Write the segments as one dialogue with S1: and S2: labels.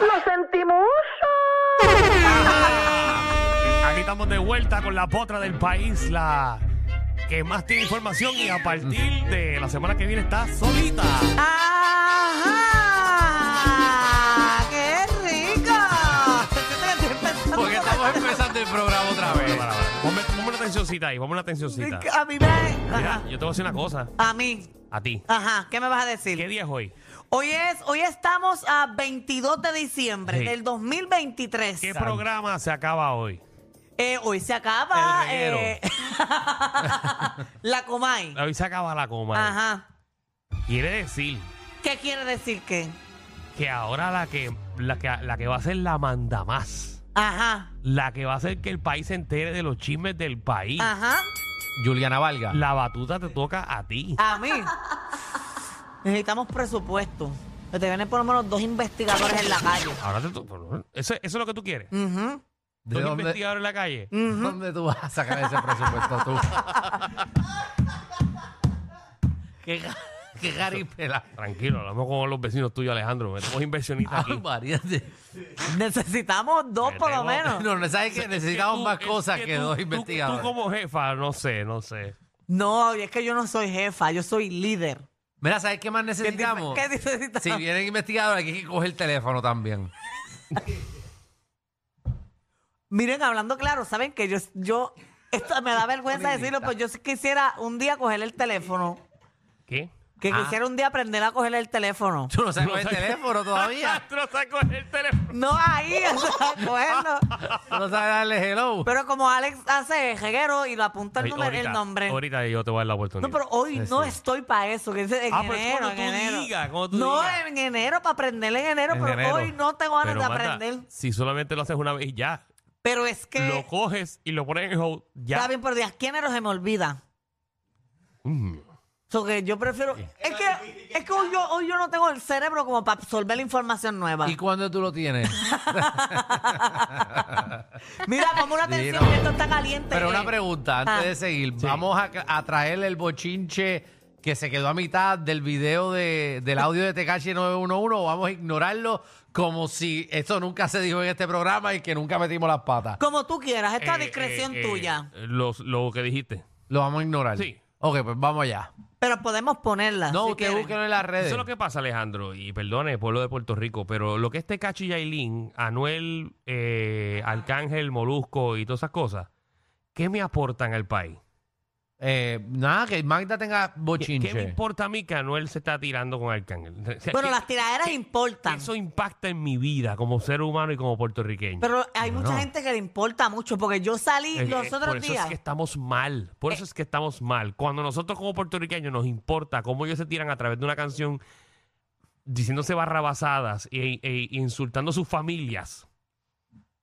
S1: ¡Lo sentimos!
S2: Aquí estamos de vuelta con la potra del país, la que más tiene información y a partir de la semana que viene está solita.
S3: ¡Ajá! ¡Qué rico!
S4: Porque estamos empezando el programa otra
S2: Para,
S4: vez.
S2: para, para. Ponme, ponme una atencióncita ahí, ponme una atencióncita.
S3: A mí me...
S2: Mira,
S3: Ajá.
S2: yo te voy a decir una cosa,
S3: A mí.
S2: a ti.
S3: Ajá. ¿Qué me vas a
S2: ¿Qué
S3: decir?
S2: día es hoy?
S3: Hoy es, hoy estamos a 22 de diciembre
S2: Sí.
S3: del 2023.
S2: ¿Qué programa se acaba hoy?
S3: Eh, hoy se acaba...
S4: El reguero.
S3: eh, la Comay.
S2: Hoy se acaba la coma.
S3: Ajá.
S2: Quiere decir
S3: ¿Qué quiere decir qué?
S2: que ahora la que, la que, la que va a ser la manda más,
S3: Ajá.
S2: la que va a hacer que el país se entere de los chismes del país,
S3: Ajá.
S4: Juliana Valga.
S2: la batuta te toca a ti.
S3: A mí. Necesitamos presupuesto. Que te vienen por lo menos dos investigadores en la calle.
S2: Ahora te to- eso, eso es lo que tú quieres.
S3: Ujú.
S4: ¿De
S2: ¿Dos
S4: dónde,
S2: investigadores en la calle?
S4: dónde tú vas a sacar ese presupuesto tú? qué ga- qué garipela.
S2: Tranquilo, hablamos con los vecinos tuyos, Alejandro. Metemos inversionistas
S4: Ay,
S2: aquí.
S4: María, de-
S3: Necesitamos dos por lo
S2: Tenemos-
S3: menos.
S4: No, no sabes que necesitamos
S2: Tú-
S4: más
S2: es
S4: cosas que,
S2: tú-
S4: dos
S2: tú-
S4: investigadores.
S2: Tú, como jefa, no sé, no sé.
S3: No, y es que yo no soy jefa, yo soy líder.
S4: Mira, ¿sabes qué más
S3: ¿Qué,
S4: necesitamos?
S3: dice- qué necesitamos?
S4: Si vienen investigadores, aquí hay que coger el teléfono también.
S3: Miren, hablando claro, saben que yo, yo esto me da vergüenza decirlo, pero yo sí quisiera un día coger el teléfono.
S2: ¿Qué?
S3: Que quisiera un día aprender a coger el teléfono.
S4: Tú no sabes coger el teléfono todavía.
S2: Tú no sabes coger el teléfono.
S3: No ahí, o sea, cogerlo.
S4: Tú no sabes darle hello.
S3: Pero como Alex hace reguero y lo apunta el,
S2: Ay,
S3: número- el nombre.
S2: Ahorita yo te voy a dar la
S3: No,
S2: oportunidad.
S3: pero hoy
S4: Sí,
S3: no
S4: sí.
S3: estoy para eso. Que es en
S2: Ah, pero es
S3: enero,
S2: cuando
S3: en
S2: tú
S3: enero.
S2: digas, cuando tú
S3: no,
S2: digas.
S3: en enero, para aprenderle en enero,
S2: En
S3: pero
S2: enero.
S3: hoy no tengo ganas
S2: Pero,
S3: de
S2: Magda,
S3: aprender.
S2: Si solamente lo haces una vez y ya.
S3: Pero es que.
S2: Lo coges y lo pones en el hold. Ya.
S3: Está bien, pero de aquí a enero se me olvida.
S2: Mm.
S3: So que yo prefiero. Es que, es que hoy, yo, hoy yo no tengo el cerebro como para absorber la información nueva.
S4: ¿Y cuándo tú lo tienes?
S3: Mira, ponme una atención,
S4: Sí, no.
S3: que esto está caliente.
S4: Pero
S3: eh.
S4: una pregunta antes
S3: Ah.
S4: de seguir. Vamos a, a traerle el bochinche que se quedó a mitad del video de- del audio de Tekashi 911 o vamos a ignorarlo como si esto nunca se dijo en este programa y que nunca metimos las patas.
S3: Como tú quieras, esto a
S2: Eh,
S3: discreción
S2: eh, eh,
S3: tuya.
S2: los- lo que dijiste.
S4: Lo vamos a ignorar.
S2: Sí.
S4: Ok, pues vamos allá.
S3: Pero podemos ponerla.
S4: No,
S3: si
S4: usted
S3: quieren.
S4: búsquelo en las redes.
S2: Eso es lo que pasa, Alejandro, y perdone, pueblo de Puerto Rico, pero lo que este Cachi y Yailin, Anuel, eh, Arcángel, Molusco y todas esas cosas, ¿qué me aportan al país?
S4: Eh, nada, que Magda tenga
S2: ¿Qué,
S4: bochinche.
S2: qué me importa a mí que Anuel se está tirando con Arcángel? O sea,
S3: Bueno,
S2: ¿qué-
S3: las tiraderas
S2: qué-
S3: importan.
S2: eh, Eso impacta en mi vida como ser humano y como puertorriqueño.
S3: Pero hay mucha
S2: Bueno.
S3: gente que le importa mucho, porque yo salí
S2: Eh, eh,
S3: los
S2: por
S3: otros
S2: eso
S3: días.
S2: es que estamos mal. Por eso es que estamos mal. Cuando nosotros como puertorriqueños nos importa cómo ellos se tiran a través de una canción diciéndose barrabasadas e, e- e insultando a sus familias.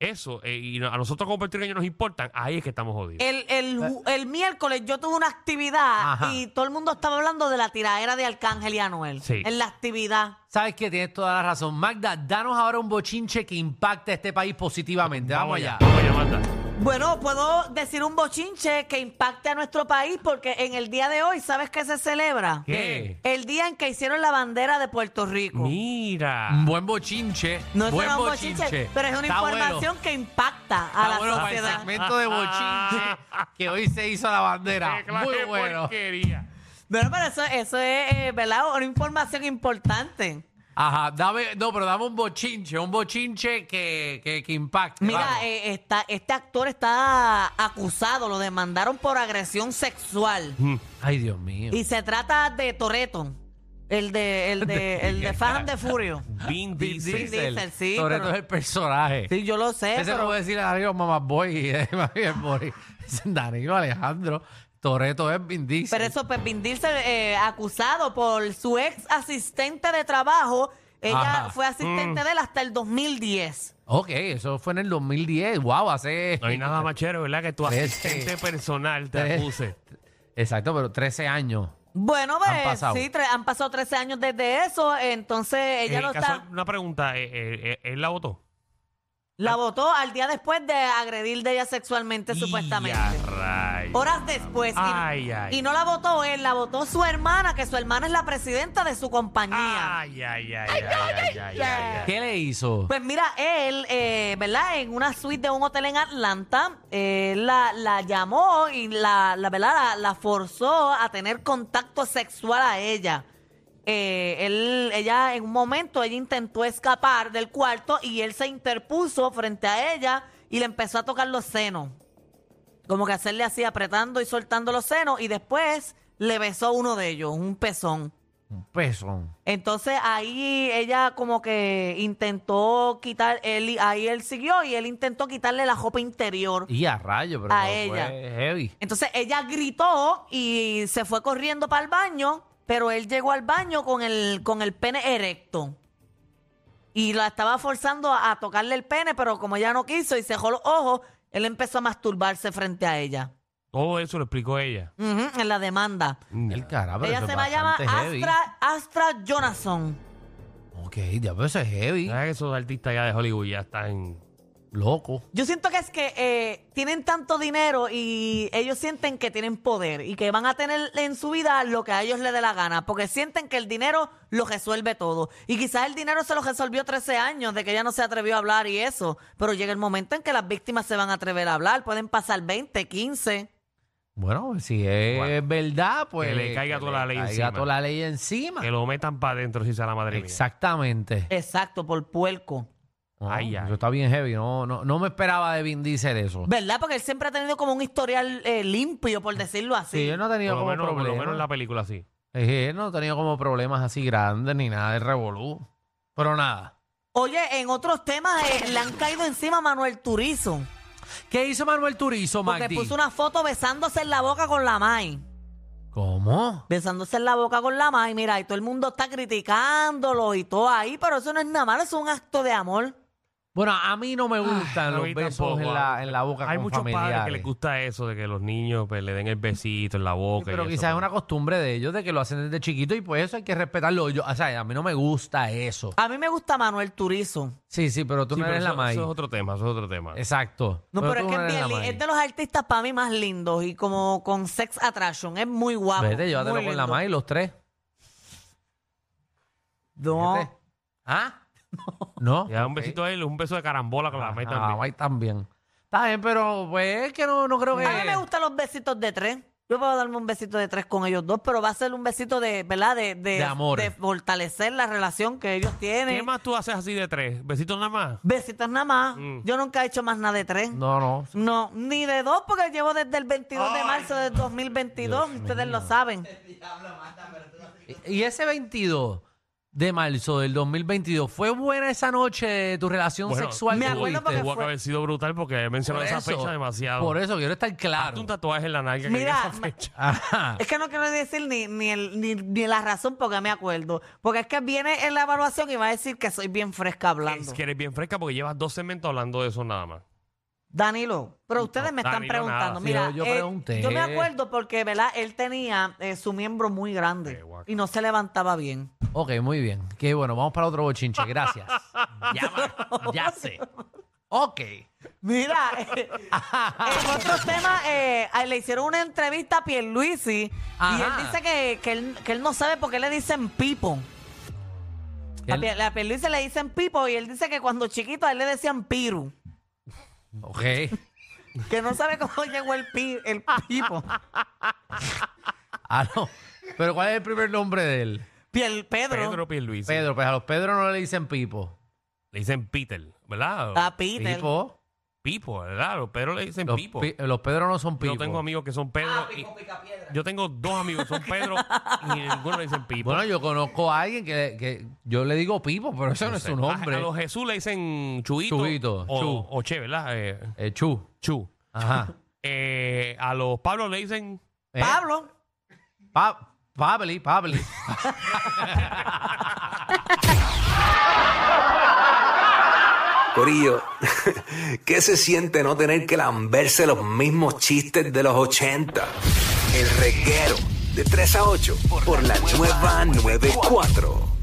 S2: Eso, eh, y no- a nosotros como puertorriqueños nos importan, ahí es que estamos jodidos.
S3: El, el ju- el miércoles yo tuve una actividad
S4: Eh. Ajá.
S3: y todo el mundo estaba hablando de la tiradera de Arcángel y Anuel.
S2: Sí.
S3: En la actividad.
S4: Sabes que tienes toda la razón. Magda, danos ahora un bochinche que impacte a este país positivamente. Vamos, allá.
S2: Vamos allá, Marta.
S3: Bueno, puedo decir un bochinche que impacte a nuestro país porque en el día de hoy, ¿sabes qué se celebra?
S2: ¿Qué?
S3: El día en que hicieron la bandera de Puerto Rico.
S2: Mira.
S4: Un buen bochinche.
S3: no eso
S4: buen
S3: no es un bochinche, pero es una
S4: Está bueno.
S3: información que impacta a
S4: Está
S3: Ah, la
S4: bueno para el
S3: sociedad.
S4: segmento de bochinche que hoy se hizo a la bandera.
S2: Qué clase
S4: Muy
S2: de
S4: bueno.
S2: porquería.
S3: Bueno, pero eso, eso es, eh, ¿verdad? Una información importante.
S4: Ajá, dame, no, pero dame un bochinche, un bochinche que, que, que impacte.
S3: Mira,
S4: vamos.
S3: eh, está, este actor está acusado, lo demandaron por agresión sexual.
S2: Mm.
S4: Ay, Dios mío.
S3: Y se trata de Toreto, el de, el de, el de Fajan de Furio.
S2: Vin Diesel.
S3: Vin Diesel, sí,
S4: Sobre
S3: pero-
S4: todo el personaje.
S3: Sí, yo lo sé.
S4: Ese
S3: pero-
S4: no voy a decir Darío Mamá Boy, eh, más bien Boy. Es Danilo Alejandro. Toreto es Vin Diesel.
S3: Pero eso, pues Vin Diesel, eh, acusado por su ex asistente de trabajo, Ella
S4: Ajá. Hmm.
S3: fue asistente de él hasta el 2010.
S4: Ok, eso fue en el 2010. Wow, hace.
S2: No hay nada machero, ¿verdad? Que tu
S4: Trece.
S2: asistente personal te
S4: Tres-
S2: acuse.
S4: Exacto, pero 13 años.
S3: Bueno, pues,
S4: pasado.
S3: sí, tre- han pasado 13 años desde eso. Entonces ella
S2: Eh,
S3: lo
S2: caso-
S3: está.
S2: Una pregunta, eh, eh, eh, ¿él la votó?
S3: La votó al día después de agredir de ella
S2: Y
S3: sexualmente, Este, supuestamente.
S2: a rayos.
S3: Horas después. y-
S2: Ay, ay.
S3: y no la votó él, la votó su hermana, que su hermana es la presidenta de su compañía.
S2: Ay, ay, ay, ay, ay, ay, ay, ay.
S4: ¿Qué le hizo?
S3: Pues mira, él, eh, ¿verdad? En una suite de un hotel en Atlanta, eh, la, la llamó y la, la ¿verdad? La, la forzó a tener contacto sexual a ella. Eh, él, ella, en un momento, ella intentó escapar del cuarto y él se interpuso frente a ella y le empezó a tocar los senos. Como que hacerle así, apretando y soltando los senos y después le besó uno de ellos, un pezón.
S4: Un peso.
S3: Entonces ahí ella como que intentó quitar, él, ahí él siguió y él intentó quitarle la ropa interior.
S4: Y a rayo, pero
S3: A
S4: no
S3: ella.
S4: fue heavy.
S3: Entonces ella gritó y se fue corriendo para el baño, pero él llegó al baño con el, con el pene erecto. Y la estaba forzando a, a tocarle el pene, pero como ella no quiso y cerró los ojos, él empezó a masturbarse frente a ella.
S2: Todo eso lo explicó ella.
S3: Ujú, en la demanda.
S4: El carajo, pero
S3: ella
S4: eso
S3: se
S4: es
S3: va a llamar
S4: bastante heavy.
S3: Astra, Astra Jonathan.
S4: Ok, ya, pero eso es heavy.
S2: ¿Sabes que esos artistas ya de Hollywood ya están...
S4: Loco.
S3: Yo siento que es que eh, tienen tanto dinero y ellos sienten que tienen poder y que van a tener en su vida lo que a ellos les dé la gana, porque sienten que el dinero lo resuelve todo. Y quizás el dinero se lo resolvió 13 años de que ella no se atrevió a hablar y eso, pero llega el momento en que las víctimas se van a atrever a hablar, pueden pasar 20, 15.
S4: Bueno, si es
S2: Bueno.
S4: verdad, pues.
S2: Que le caiga toda la ley
S4: caiga
S2: encima.
S4: toda la ley encima.
S2: Que lo metan para adentro si sea la madre mía.
S4: Exactamente.
S3: Exacto, por puerco.
S4: No,
S2: Ay, ay.
S4: Eso está bien heavy. No, no, no me esperaba de Vin Diesel eso.
S3: ¿Verdad? Porque él siempre ha tenido como un historial eh, limpio, por decirlo así.
S4: Sí, yo no he
S2: Por
S4: tenido
S2: lo,
S4: como
S2: menos, por lo
S4: problemas.
S2: menos en la película sí.
S4: Eh, no he tenido como problemas así grandes ni nada de revolú. Pero nada.
S3: Oye, en otros temas eh, le han caído encima a Manuel Turizo.
S4: ¿Qué hizo Manuel Turizo,
S3: Porque
S4: Magdi?
S3: puso una foto besándose en la boca con la Mai.
S4: ¿Cómo?
S3: Besándose en la boca con la Mai, mira, y todo el mundo está criticándolo y todo ahí, pero eso no es nada malo, eso es un acto de amor.
S4: Bueno, a mí no me
S2: a
S4: gustan
S2: mí
S4: los besos
S2: tampoco, ah,
S4: en, la, en la boca
S2: Hay
S4: con
S2: muchos padres que
S4: familiares.
S2: les gusta eso, de que los niños pues, le den el besito en la
S4: Sí,
S2: boca.
S4: pero
S2: y eso,
S4: quizás es
S2: pues.
S4: una costumbre de ellos de que lo hacen desde chiquito y pues eso hay que respetarlo. Yo, o sea, a mí no me gusta eso.
S3: A mí me gusta Manuel Turizo.
S4: Sí, sí, pero tú
S2: Sí,
S4: no
S2: pero
S4: eres la
S2: eso,
S4: maíz.
S2: eso es otro tema, eso es otro tema.
S4: Exacto.
S3: No, pero, es
S4: tú
S3: que es,
S4: eres
S3: bien
S4: la
S3: li-
S4: maíz.
S3: es de los artistas para mí más lindos y como con sex attraction, es muy guapo.
S4: Vete, llévatelo
S3: muy
S4: con la
S3: lindo.
S4: maíz, los tres. Vete.
S3: No.
S4: ¿Ah? No.
S2: Y da un besito a él, un beso de carambola con la
S4: Ah,
S2: maíz
S4: la
S2: también.
S4: maíz también. Está bien, pero pues es que no, no creo que...
S3: A mí me gustan los besitos de tres. Yo puedo darme un besito de tres con ellos dos, pero va a ser un besito de, ¿verdad? De, de,
S4: De amor.
S3: de fortalecer la relación que ellos tienen.
S2: ¿Qué más tú haces así de tres? ¿Besitos nada más?
S3: Besitos nada más.
S2: Mm.
S3: Yo nunca he hecho más nada de tres. No.
S4: No, no.
S3: ni de dos, porque llevo desde el 22 de marzo de 2022.
S4: Dios
S3: Ustedes lo
S4: mío.
S3: saben.
S4: Y ese 22 de marzo del 2022, ¿fue buena esa noche de tu relación
S2: Bueno,
S4: sexual?
S3: me
S4: que
S3: acuerdo
S4: tuviste?
S3: porque
S2: Tuvo que
S3: fue-
S2: haber sido brutal porque he mencionado
S4: Por
S2: esa
S4: eso,
S2: fecha demasiado.
S4: Por eso quiero estar
S2: Hazte
S4: claro.
S2: un tatuaje en la nalga que
S3: Mira,
S2: diga esa
S3: ma-
S2: fecha.
S4: Ajá.
S3: Es que no quiero decir ni, ni, el- ni, ni la razón porque me acuerdo. Porque es que viene en la evaluación y va a decir que soy bien fresca hablando.
S2: Es que eres bien fresca porque llevas dos segmentos hablando de eso nada más.
S3: Danilo, pero ustedes me están
S2: Danilo, nada.
S3: preguntando. Mira,
S4: Sí, yo- yo
S3: él-
S4: pregunté.
S3: yo me acuerdo porque, ¿verdad? Él tenía eh, su miembro muy grande
S2: Qué guaca.
S3: y no se levantaba bien.
S4: Ok, muy bien. Qué bueno, vamos para otro bochinche. Gracias. ya, va, ya sé. Ok.
S3: Mira, eh, en otros temas eh, a- le hicieron una entrevista a Pierluisi y
S4: Ajá.
S3: él dice que, que él, que él no sabe por qué le dicen Pipo. A,
S4: Él-
S3: Pier- a Pierluisi le dicen Pipo y él dice que cuando chiquito a él le decían Piru,
S4: Ok.
S3: que no sabe cómo llegó el, pi- el Pipo.
S4: Ah, no. Pero ¿cuál es el primer nombre de él?
S3: Piel, Pedro.
S2: Pedro Pierluisi.
S4: Pedro, pues a los Pedro no le dicen Pipo.
S2: Le dicen Peter, ¿verdad?
S3: A Peter.
S4: Pipo.
S2: Pipo, ¿verdad? Los Pedro le dicen
S4: Los,
S2: Pipo.
S4: pi- los Pedro no son Pipo.
S2: Yo tengo amigos que son Pedro.
S3: Ah,
S2: y- Yo tengo dos amigos que son Pedro y ninguno le dicen Pipo.
S4: Bueno, yo conozco a alguien que, que yo le digo Pipo, pero eso no, es
S2: sé.
S4: su
S2: A,
S4: nombre.
S2: a los Jesús le dicen Chuito.
S4: Chuito,
S2: O,
S4: Chu.
S2: o Che, ¿verdad? Eh,
S4: Eh, Chu.
S2: chu.
S4: Ajá.
S2: Eh, a los Pablo le dicen.
S4: Eh,
S3: Pablo.
S4: Pa- Pabli, Pabli.
S1: Corillo, ¿qué se siente no tener que lamberse los mismos chistes de los 80? El reguero de 3 a 8 por la nueva 94.